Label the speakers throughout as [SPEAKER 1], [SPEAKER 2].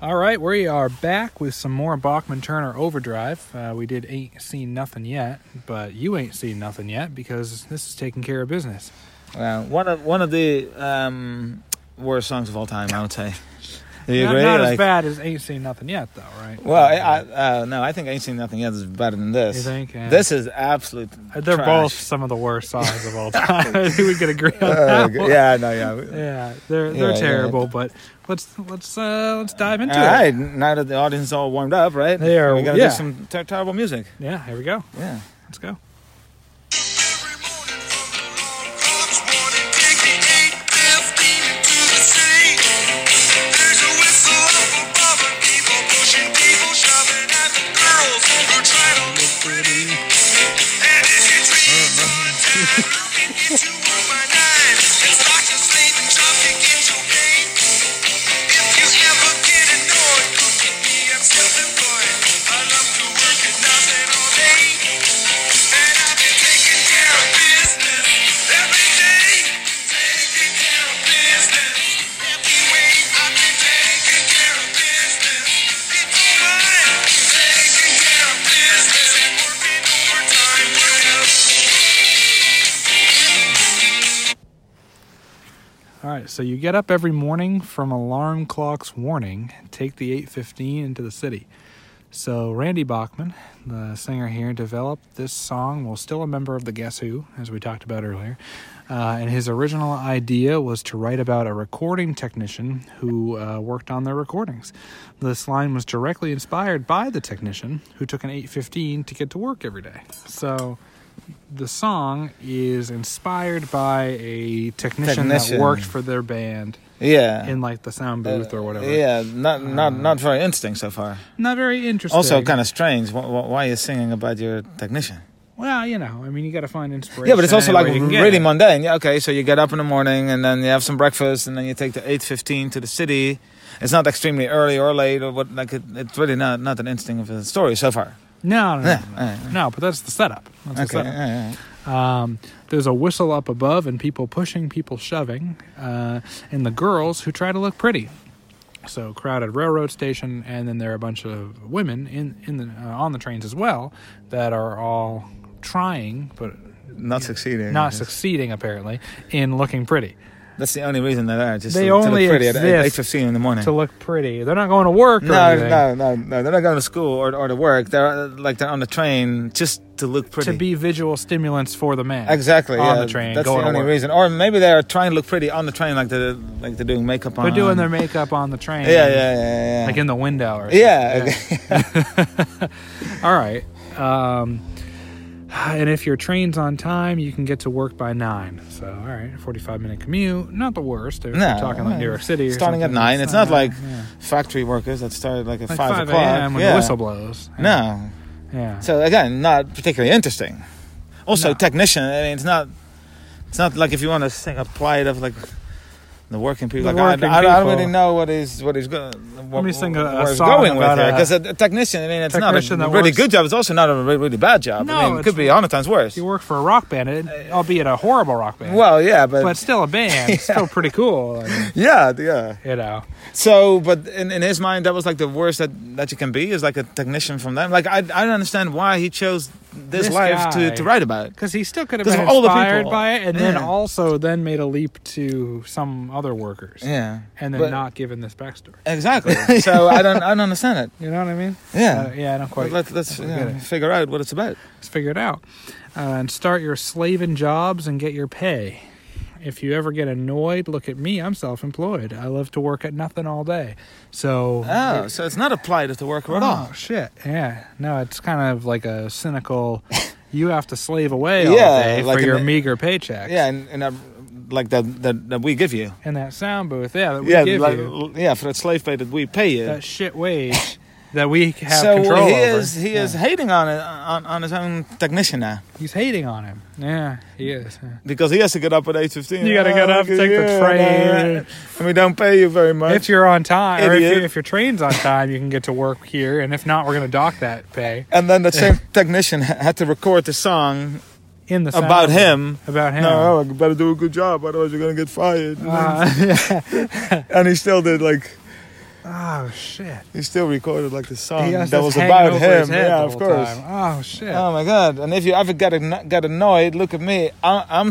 [SPEAKER 1] All right, we are back with some more Bachman Turner Overdrive. Uh, we did ain't seen nothing yet, but you ain't seen nothing yet because this is taking care of business.
[SPEAKER 2] Well, one of one of the um, worst songs of all time, I would say. Do you
[SPEAKER 1] not
[SPEAKER 2] agree?
[SPEAKER 1] not as
[SPEAKER 2] Like-
[SPEAKER 1] bad as ain't seen nothing yet, though, right?
[SPEAKER 2] Well, I, I, uh, no, I think Ain't Seen Nothing Else is better than this.
[SPEAKER 1] You think, yeah. Uh,
[SPEAKER 2] This is absolute.
[SPEAKER 1] they're
[SPEAKER 2] trash.
[SPEAKER 1] both some of the worst songs of all time. I think we could agree on
[SPEAKER 2] Uh,
[SPEAKER 1] that.
[SPEAKER 2] g-
[SPEAKER 1] one.
[SPEAKER 2] yeah, no, yeah.
[SPEAKER 1] Yeah, they're
[SPEAKER 2] Yeah,
[SPEAKER 1] they're
[SPEAKER 2] yeah.
[SPEAKER 1] terrible. But let's let's uh, let's dive into
[SPEAKER 2] all
[SPEAKER 1] it.
[SPEAKER 2] right, now that the audience is all warmed up, right?
[SPEAKER 1] They are-
[SPEAKER 2] We gotta
[SPEAKER 1] yeah.
[SPEAKER 2] do some ter- terrible music.
[SPEAKER 1] Yeah, here we go.
[SPEAKER 2] Yeah.
[SPEAKER 1] Let's go.
[SPEAKER 3] Every morning from the long cops warning, take the 815 into the city. There's a whistle up above and people pushing, people shoving at the girls who try to look pretty. And if you dream sometime, you can get you one by nine. It's like a slave and job to get your game. If you ever get annoyed, look at me, I'm self-employed. I love to work and nothing all day. And I've been taking care of business every day, taking care of business every way. I've been taking care of business. It's alright, taking care of business and working overtime, working.
[SPEAKER 1] All right, so you get up every morning from alarm clock's warning, take the 815 into the city. So Randy Bachman, the singer here, developed this song while still a member of the Guess Who, as we talked about earlier. Uh, and his original idea was to write about a recording technician who uh, worked on their recordings. This line was directly inspired by the technician who took an 815 to get to work every day. So the song is inspired by a technician,
[SPEAKER 2] Technician.
[SPEAKER 1] that worked for their band
[SPEAKER 2] Yeah. Uh,
[SPEAKER 1] in like the sound booth or whatever. Um,
[SPEAKER 2] Yeah, not not not very interesting so far.
[SPEAKER 1] Not very interesting.
[SPEAKER 2] Also, kind of strange. Wh- wh- why are you singing about your technician?
[SPEAKER 1] Well, you know, I mean, you got to find inspiration.
[SPEAKER 2] Yeah, but it's also
[SPEAKER 1] anywhere
[SPEAKER 2] like
[SPEAKER 1] you can get
[SPEAKER 2] really
[SPEAKER 1] it.
[SPEAKER 2] mundane. Yeah, okay, so you get up in the morning and then you have some breakfast and then you take the eight fifteen to the city. It's not extremely early or late or what. Like it, it's really not not an interesting of a story so far.
[SPEAKER 1] No, no, no,
[SPEAKER 2] Yeah,
[SPEAKER 1] no, no. No, but that's the setup. That's the
[SPEAKER 2] Okay.
[SPEAKER 1] setup.
[SPEAKER 2] yeah, yeah.
[SPEAKER 1] Um, there's a whistle up above and people pushing, people shoving, uh, and the girls who try to look pretty. So crowded railroad station, and then there are a bunch of women in in the uh, on the trains as well that are all trying but
[SPEAKER 2] Not succeeding.
[SPEAKER 1] not succeeding apparently in looking pretty.
[SPEAKER 2] That's the only reason they're there. Just
[SPEAKER 1] They
[SPEAKER 2] to, to look
[SPEAKER 1] only
[SPEAKER 2] pretty at
[SPEAKER 1] exist
[SPEAKER 2] eight fifteen in the morning.
[SPEAKER 1] To look pretty, they're not going to work. Or
[SPEAKER 2] no,
[SPEAKER 1] anything.
[SPEAKER 2] no, no, no. They're not going to school or or to work. They're uh, like they're on the train just to look pretty.
[SPEAKER 1] to be visual stimulants for the man.
[SPEAKER 2] Exactly.
[SPEAKER 1] on
[SPEAKER 2] yeah,
[SPEAKER 1] the train.
[SPEAKER 2] That's
[SPEAKER 1] going
[SPEAKER 2] the
[SPEAKER 1] to
[SPEAKER 2] only
[SPEAKER 1] work.
[SPEAKER 2] reason. Or maybe they're trying to look pretty on the train, like they're like they're doing makeup on.
[SPEAKER 1] They're doing their makeup on the train.
[SPEAKER 2] Um, Yeah, yeah, yeah, yeah.
[SPEAKER 1] Like in the window or
[SPEAKER 2] yeah.
[SPEAKER 1] All right. Um, and if your train's on time, you can get to work by nine. So, all right, forty-five minute commute, not the worst. If
[SPEAKER 2] No,
[SPEAKER 1] we're talking like New York City, or
[SPEAKER 2] Starting at
[SPEAKER 1] something,
[SPEAKER 2] nine. It's not like
[SPEAKER 1] yeah.
[SPEAKER 2] factory workers that started like at
[SPEAKER 1] like
[SPEAKER 2] five,
[SPEAKER 1] five
[SPEAKER 2] o'clock.
[SPEAKER 1] a.m. when
[SPEAKER 2] yeah.
[SPEAKER 1] the whistle blows.
[SPEAKER 2] No.
[SPEAKER 1] Yeah.
[SPEAKER 2] So again, not particularly interesting. Also,
[SPEAKER 1] No.
[SPEAKER 2] technician. I mean, it's not. It's not like if you want to sing a plight of like the working people.
[SPEAKER 1] The
[SPEAKER 2] like I-
[SPEAKER 1] working
[SPEAKER 2] I, don't- I don't
[SPEAKER 1] people.
[SPEAKER 2] really know what is what is going.
[SPEAKER 1] me sing a- a
[SPEAKER 2] where it's
[SPEAKER 1] song
[SPEAKER 2] going with
[SPEAKER 1] about
[SPEAKER 2] here
[SPEAKER 1] a-
[SPEAKER 2] because a, a technician. I mean, it's not a
[SPEAKER 1] technician that
[SPEAKER 2] really
[SPEAKER 1] works-
[SPEAKER 2] good job. It's also not a really, really bad job.
[SPEAKER 1] No,
[SPEAKER 2] I mean, it
[SPEAKER 1] it's-
[SPEAKER 2] could be a hundred times worse.
[SPEAKER 1] you work for a rock band, it, albeit a horrible rock band,
[SPEAKER 2] Well, yeah, but,
[SPEAKER 1] but still a band. It's Still pretty cool. I mean,
[SPEAKER 2] yeah, yeah.
[SPEAKER 1] you know.
[SPEAKER 2] So, but in, in his mind, that was like the worst that, that you can be is like a technician from them. Like I, I don't understand why he chose this,
[SPEAKER 1] This
[SPEAKER 2] life
[SPEAKER 1] guy.
[SPEAKER 2] to, to write about.
[SPEAKER 1] Because he still could have
[SPEAKER 2] 'Cause
[SPEAKER 1] been
[SPEAKER 2] of all the
[SPEAKER 1] inspired
[SPEAKER 2] people.
[SPEAKER 1] by it, and then
[SPEAKER 2] Yeah.
[SPEAKER 1] also then made a leap to some other workers,
[SPEAKER 2] Yeah,
[SPEAKER 1] and then
[SPEAKER 2] But-
[SPEAKER 1] not given this backstory.
[SPEAKER 2] Exactly. so I don't, I don't understand it.
[SPEAKER 1] You know what I mean?
[SPEAKER 2] Yeah.
[SPEAKER 1] Uh, yeah, I don't quite.
[SPEAKER 2] Let, let's
[SPEAKER 1] I don't get
[SPEAKER 2] yeah,
[SPEAKER 1] it.
[SPEAKER 2] figure out what it's about.
[SPEAKER 1] Let's figure it out. Uh, and start your slaving jobs and get your pay. If you ever get annoyed, look at me. I'm self employed. I love to work at nothing all day. So.
[SPEAKER 2] Oh, so it's not applied to the worker at all.
[SPEAKER 1] Oh, shit. Yeah. No, it's kind of like a cynical. you have to slave away all
[SPEAKER 2] Yeah,
[SPEAKER 1] day
[SPEAKER 2] like
[SPEAKER 1] for
[SPEAKER 2] in
[SPEAKER 1] your
[SPEAKER 2] the-
[SPEAKER 1] meager paycheck.
[SPEAKER 2] Yeah, and, and uh, like that, that that we give you.
[SPEAKER 1] In that sound booth. Yeah. That we
[SPEAKER 2] yeah,
[SPEAKER 1] give
[SPEAKER 2] like,
[SPEAKER 1] you.
[SPEAKER 2] yeah, for that slave pay that we pay you.
[SPEAKER 1] That shit wage that we have
[SPEAKER 2] so
[SPEAKER 1] control
[SPEAKER 2] he
[SPEAKER 1] over.
[SPEAKER 2] is he
[SPEAKER 1] Yeah.
[SPEAKER 2] is hating on it on, on his own technician now
[SPEAKER 1] He's hating on him. Yeah, he is.
[SPEAKER 2] because he has to get up at eight fifteen.
[SPEAKER 1] You gotta get up, take the train.
[SPEAKER 2] and we don't pay you very much.
[SPEAKER 1] if you're on time, or if,
[SPEAKER 2] Idiot.
[SPEAKER 1] you, if your train's on time, you can get to work here. And if not, we're going to dock that pay
[SPEAKER 2] and then the same technician ha- had to record the song
[SPEAKER 1] in the sound
[SPEAKER 2] about him.
[SPEAKER 1] About him.
[SPEAKER 2] No, Um, I better do a good job, otherwise you're gonna get fired.
[SPEAKER 1] Uh,
[SPEAKER 2] and he still did like
[SPEAKER 1] Oh shit!
[SPEAKER 2] He still recorded like the song
[SPEAKER 1] He has
[SPEAKER 2] that
[SPEAKER 1] this
[SPEAKER 2] was
[SPEAKER 1] hanging
[SPEAKER 2] about
[SPEAKER 1] over his
[SPEAKER 2] him.
[SPEAKER 1] head the
[SPEAKER 2] Yeah, of
[SPEAKER 1] whole
[SPEAKER 2] course.
[SPEAKER 1] time. Oh shit!
[SPEAKER 2] Oh my god! And if you ever got an- got annoyed, look at me. I- I'm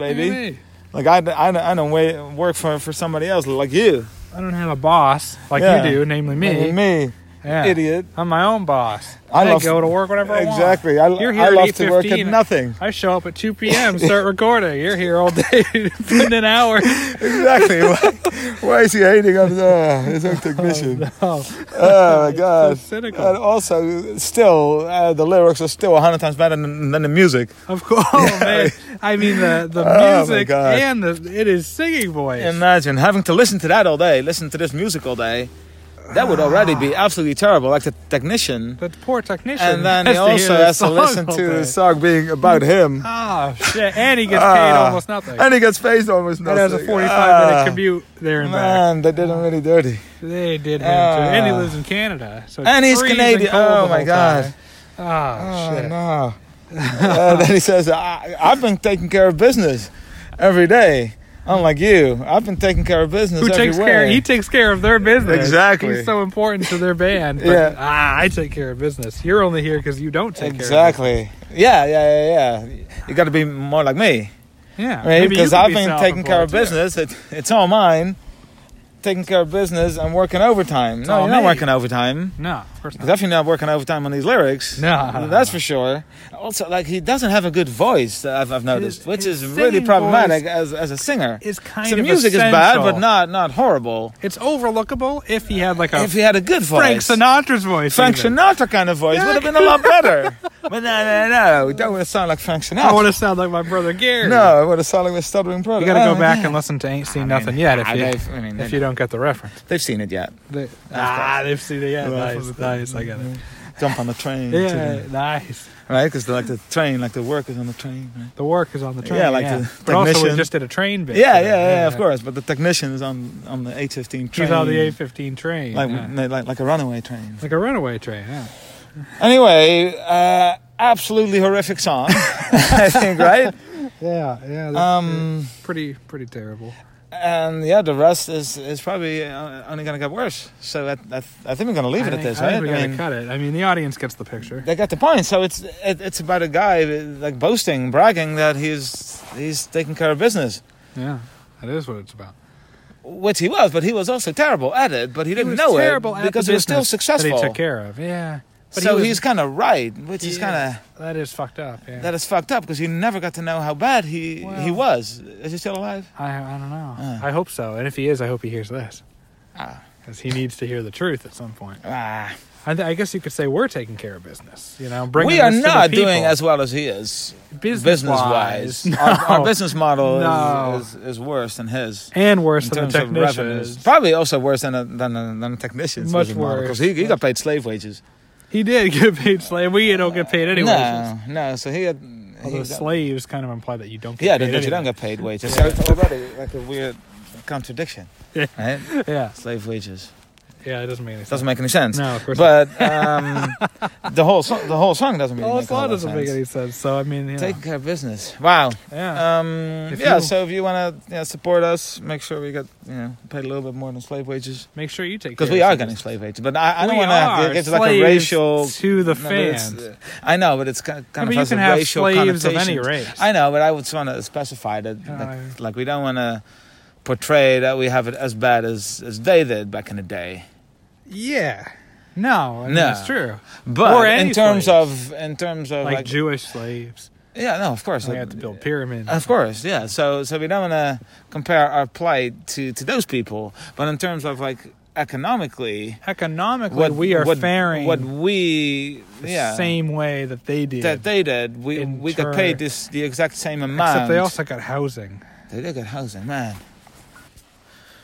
[SPEAKER 1] Look at
[SPEAKER 2] baby.
[SPEAKER 1] me.
[SPEAKER 2] Like I, I, don't- I don't wait, work for for somebody else like you.
[SPEAKER 1] I don't have a boss like
[SPEAKER 2] Yeah.
[SPEAKER 1] you do, namely me.
[SPEAKER 2] Like me,
[SPEAKER 1] Yeah.
[SPEAKER 2] idiot.
[SPEAKER 1] I'm my own boss.
[SPEAKER 2] I
[SPEAKER 1] I,
[SPEAKER 2] love-
[SPEAKER 1] go to work whenever I want.
[SPEAKER 2] Exactly. I,
[SPEAKER 1] You're here
[SPEAKER 2] I
[SPEAKER 1] at
[SPEAKER 2] love to work at
[SPEAKER 1] 8:15.
[SPEAKER 2] nothing.
[SPEAKER 1] I show up at 2 p.m. Start recording. You're here all day, putting in hours.
[SPEAKER 2] Exactly. why, why is he hating on uh, his own technician?
[SPEAKER 1] Oh,
[SPEAKER 2] Oh my god!
[SPEAKER 1] cynical.
[SPEAKER 2] And also, still, uh, the lyrics are still a hundred times better than, than the music.
[SPEAKER 1] of course, oh, man. I mean the the
[SPEAKER 2] Oh, my
[SPEAKER 1] music
[SPEAKER 2] God.
[SPEAKER 1] and the it is singing voice.
[SPEAKER 2] Imagine having to listen to that all day, listen to this music all day. That would already be absolutely terrible. Like the technician,
[SPEAKER 1] the poor technician.
[SPEAKER 2] and then
[SPEAKER 1] has
[SPEAKER 2] he
[SPEAKER 1] to hear
[SPEAKER 2] also
[SPEAKER 1] this
[SPEAKER 2] has to
[SPEAKER 1] song
[SPEAKER 2] listen
[SPEAKER 1] all
[SPEAKER 2] to
[SPEAKER 1] day.
[SPEAKER 2] the song being about him,
[SPEAKER 1] Oh shit! And he gets paid
[SPEAKER 2] Ah.
[SPEAKER 1] almost nothing.
[SPEAKER 2] and he gets phased almost
[SPEAKER 1] That has a
[SPEAKER 2] nothing.
[SPEAKER 1] 45
[SPEAKER 2] Ah,
[SPEAKER 1] minute commute there and back.
[SPEAKER 2] Man, they did him really dirty.
[SPEAKER 1] They did him too,
[SPEAKER 2] Ah.
[SPEAKER 1] and he lives in Canada, so it's
[SPEAKER 2] And he's
[SPEAKER 1] freezing
[SPEAKER 2] Canadian.
[SPEAKER 1] cold
[SPEAKER 2] Oh
[SPEAKER 1] the whole
[SPEAKER 2] my God.
[SPEAKER 1] time. Oh,
[SPEAKER 2] Oh
[SPEAKER 1] shit!
[SPEAKER 2] no! Uh, then he says, I, "I've been taking care of business every day, unlike you. I've been taking care of business
[SPEAKER 1] Who
[SPEAKER 2] every
[SPEAKER 1] takes
[SPEAKER 2] way."
[SPEAKER 1] care? He takes care of their business.
[SPEAKER 2] Exactly.
[SPEAKER 1] He's so important to their band. But,
[SPEAKER 2] Yeah.
[SPEAKER 1] Ah, I take care of business. You're only here because you don't take
[SPEAKER 2] exactly. Yeah, yeah, yeah, yeah. You got to be more like me,
[SPEAKER 1] care. Of business. Yeah.
[SPEAKER 2] right?
[SPEAKER 1] maybe you
[SPEAKER 2] Because
[SPEAKER 1] could
[SPEAKER 2] I've
[SPEAKER 1] be
[SPEAKER 2] been taking care of
[SPEAKER 1] self-employed, too.
[SPEAKER 2] business. It, it's all mine. Taking care of business and working overtime. no,
[SPEAKER 1] all
[SPEAKER 2] you're not
[SPEAKER 1] me.
[SPEAKER 2] working overtime.
[SPEAKER 1] No, of course not.
[SPEAKER 2] Definitely not working overtime on these lyrics.
[SPEAKER 1] No.
[SPEAKER 2] that's for sure. Also, like he doesn't have a good voice. that I've, I've noticed,
[SPEAKER 1] His-
[SPEAKER 2] which
[SPEAKER 1] his
[SPEAKER 2] is really
[SPEAKER 1] singing
[SPEAKER 2] problematic as, as a singer.
[SPEAKER 1] It's kind
[SPEAKER 2] So
[SPEAKER 1] of
[SPEAKER 2] music is bad,
[SPEAKER 1] essential.
[SPEAKER 2] but not not horrible.
[SPEAKER 1] It's overlookable if he had like a
[SPEAKER 2] If he had a good voice,
[SPEAKER 1] Frank Sinatra's voice.
[SPEAKER 2] Frank
[SPEAKER 1] even.
[SPEAKER 2] Sinatra kind of voice would have been a lot better. but no, no, no, don't want to sound like Frank Sinatra.
[SPEAKER 1] I want to sound like my brother Gary.
[SPEAKER 2] no, it would have sounded like a stuttering brother.
[SPEAKER 1] You got to
[SPEAKER 2] Oh,
[SPEAKER 1] go back
[SPEAKER 2] yeah.
[SPEAKER 1] and listen to Ain't Seen
[SPEAKER 2] I
[SPEAKER 1] Nothing
[SPEAKER 2] mean,
[SPEAKER 1] Yet if
[SPEAKER 2] I-
[SPEAKER 1] you,
[SPEAKER 2] they've- I mean,
[SPEAKER 1] if you don't get the reference.
[SPEAKER 2] they've seen it yet.
[SPEAKER 1] They, ah, they've seen it. Yeah,
[SPEAKER 2] Well,
[SPEAKER 1] nice, nice. I got it.
[SPEAKER 2] Jump on the train, to
[SPEAKER 1] Yeah,
[SPEAKER 2] the-
[SPEAKER 1] nice.
[SPEAKER 2] right? Because like the train, like the workers on the train. Right?
[SPEAKER 1] The work is on the train.
[SPEAKER 2] Yeah, like the
[SPEAKER 1] But also, we
[SPEAKER 2] technician.
[SPEAKER 1] just did a train bit.
[SPEAKER 2] Yeah, yeah,
[SPEAKER 1] today.
[SPEAKER 2] yeah, of course. But the technician is on on the eight fifteen train.
[SPEAKER 1] She's on the A15 train.
[SPEAKER 2] like, mm.
[SPEAKER 1] yeah.
[SPEAKER 2] like like a runaway train.
[SPEAKER 1] Like a runaway train. Yeah.
[SPEAKER 2] Anyway, uh, absolutely horrific song. I think right.
[SPEAKER 1] Yeah, yeah. That's
[SPEAKER 2] Um,
[SPEAKER 1] pretty, pretty terrible.
[SPEAKER 2] and yeah, the rest is is probably uh, only gonna get worse. So I, I, I think we're gonna leave it
[SPEAKER 1] I
[SPEAKER 2] at
[SPEAKER 1] think-
[SPEAKER 2] this,
[SPEAKER 1] I
[SPEAKER 2] right?
[SPEAKER 1] think we
[SPEAKER 2] I
[SPEAKER 1] gotta
[SPEAKER 2] mean,
[SPEAKER 1] cut it. I mean, the audience gets the picture.
[SPEAKER 2] they got the point. So it's it, it's about a guy like boasting, bragging that he's he's taking care of business,
[SPEAKER 1] Yeah, that is what it's about.
[SPEAKER 2] which he was, but he was also terrible at it. But he didn't
[SPEAKER 1] was
[SPEAKER 2] know
[SPEAKER 1] terrible
[SPEAKER 2] it
[SPEAKER 1] at the
[SPEAKER 2] because he was still
[SPEAKER 1] business
[SPEAKER 2] successful.
[SPEAKER 1] That he took care of. Yeah. But
[SPEAKER 2] so
[SPEAKER 1] he was-
[SPEAKER 2] he's kind of right, which is
[SPEAKER 1] Yeah.
[SPEAKER 2] kind of
[SPEAKER 1] That is fucked up. Yeah.
[SPEAKER 2] that is fucked up because he never got to know how bad he he
[SPEAKER 1] Well-
[SPEAKER 2] was. Is he still alive?
[SPEAKER 1] I, I don't know.
[SPEAKER 2] Uh.
[SPEAKER 1] I hope so. And if he is, I hope he hears this.
[SPEAKER 2] Ah.
[SPEAKER 1] Because he needs to hear the truth at some point.
[SPEAKER 2] Ah,
[SPEAKER 1] I, th- I guess you could say we're taking care of business. You know, bringing
[SPEAKER 2] we are
[SPEAKER 1] this to the
[SPEAKER 2] not
[SPEAKER 1] people.
[SPEAKER 2] doing as well as he is
[SPEAKER 1] business,
[SPEAKER 2] business wise.
[SPEAKER 1] No.
[SPEAKER 2] Our, our business model
[SPEAKER 1] No.
[SPEAKER 2] is, is, is worse than his.
[SPEAKER 1] and worse
[SPEAKER 2] In
[SPEAKER 1] than the
[SPEAKER 2] terms of revenues,
[SPEAKER 1] technicians.
[SPEAKER 2] probably also worse than a, than a, than a technician's
[SPEAKER 1] Much
[SPEAKER 2] business model,
[SPEAKER 1] worse.
[SPEAKER 2] because he, he got paid slave wages.
[SPEAKER 1] He did get paid slave. We don't get paid anyway.
[SPEAKER 2] No, no. So he had
[SPEAKER 1] Although
[SPEAKER 2] he got-
[SPEAKER 1] slaves kind of imply that you don't get
[SPEAKER 2] yeah,
[SPEAKER 1] paid.
[SPEAKER 2] that you don't
[SPEAKER 1] anyway.
[SPEAKER 2] get paid wages. So it's already like a weird contradiction,
[SPEAKER 1] Yeah.
[SPEAKER 2] right?
[SPEAKER 1] Yeah,
[SPEAKER 2] Slave wages
[SPEAKER 1] yeah, it doesn't make any sense.
[SPEAKER 2] doesn't make any sense.
[SPEAKER 1] no, of course not.
[SPEAKER 2] But um, the whole so- the whole song doesn't
[SPEAKER 1] The
[SPEAKER 2] really
[SPEAKER 1] whole
[SPEAKER 2] make a lot
[SPEAKER 1] song
[SPEAKER 2] of
[SPEAKER 1] doesn't
[SPEAKER 2] sense.
[SPEAKER 1] make any sense. So, I mean, you know,
[SPEAKER 2] Taking care of business. Wow.
[SPEAKER 1] yeah.
[SPEAKER 2] Um,
[SPEAKER 1] If
[SPEAKER 2] yeah.
[SPEAKER 1] you-
[SPEAKER 2] So if you want to you know, support us, make sure we get you know paid a little bit more than slave wages
[SPEAKER 1] make sure you take
[SPEAKER 2] because
[SPEAKER 1] care
[SPEAKER 2] we
[SPEAKER 1] of
[SPEAKER 2] are
[SPEAKER 1] yourself.
[SPEAKER 2] getting slave wages. But I, I don't
[SPEAKER 1] We
[SPEAKER 2] want
[SPEAKER 1] are
[SPEAKER 2] to get to like a
[SPEAKER 1] slaves
[SPEAKER 2] racial.
[SPEAKER 1] to the
[SPEAKER 2] No, but it's- uh,
[SPEAKER 1] fans.
[SPEAKER 2] I know, but it's kind,
[SPEAKER 1] Yeah,
[SPEAKER 2] kind
[SPEAKER 1] but
[SPEAKER 2] of
[SPEAKER 1] you
[SPEAKER 2] has
[SPEAKER 1] can
[SPEAKER 2] a
[SPEAKER 1] have
[SPEAKER 2] racial
[SPEAKER 1] slaves of any
[SPEAKER 2] connotation.
[SPEAKER 1] race.
[SPEAKER 2] I know, but I would want to specify that
[SPEAKER 1] Uh,
[SPEAKER 2] like, like we don't want to portray that we have it as bad as as they did back in the day.
[SPEAKER 1] yeah. No, I mean,
[SPEAKER 2] No.
[SPEAKER 1] it's true. Or
[SPEAKER 2] But
[SPEAKER 1] any
[SPEAKER 2] in terms
[SPEAKER 1] slaves.
[SPEAKER 2] of in terms of
[SPEAKER 1] Like, Oh,
[SPEAKER 2] like,
[SPEAKER 1] Jewish slaves.
[SPEAKER 2] yeah, no, of course,
[SPEAKER 1] They
[SPEAKER 2] uh,
[SPEAKER 1] had to build pyramids.
[SPEAKER 2] Of course, yeah. So so we don't want to compare our plight to to those people, but in terms of like economically,
[SPEAKER 1] Economically,
[SPEAKER 2] what
[SPEAKER 1] we are
[SPEAKER 2] what,
[SPEAKER 1] faring
[SPEAKER 2] what we
[SPEAKER 1] the
[SPEAKER 2] yeah
[SPEAKER 1] same way that they did.
[SPEAKER 2] that they did. We
[SPEAKER 1] In
[SPEAKER 2] we got
[SPEAKER 1] turn.
[SPEAKER 2] paid this the exact same amount.
[SPEAKER 1] Except they also got housing.
[SPEAKER 2] they did get housing, man.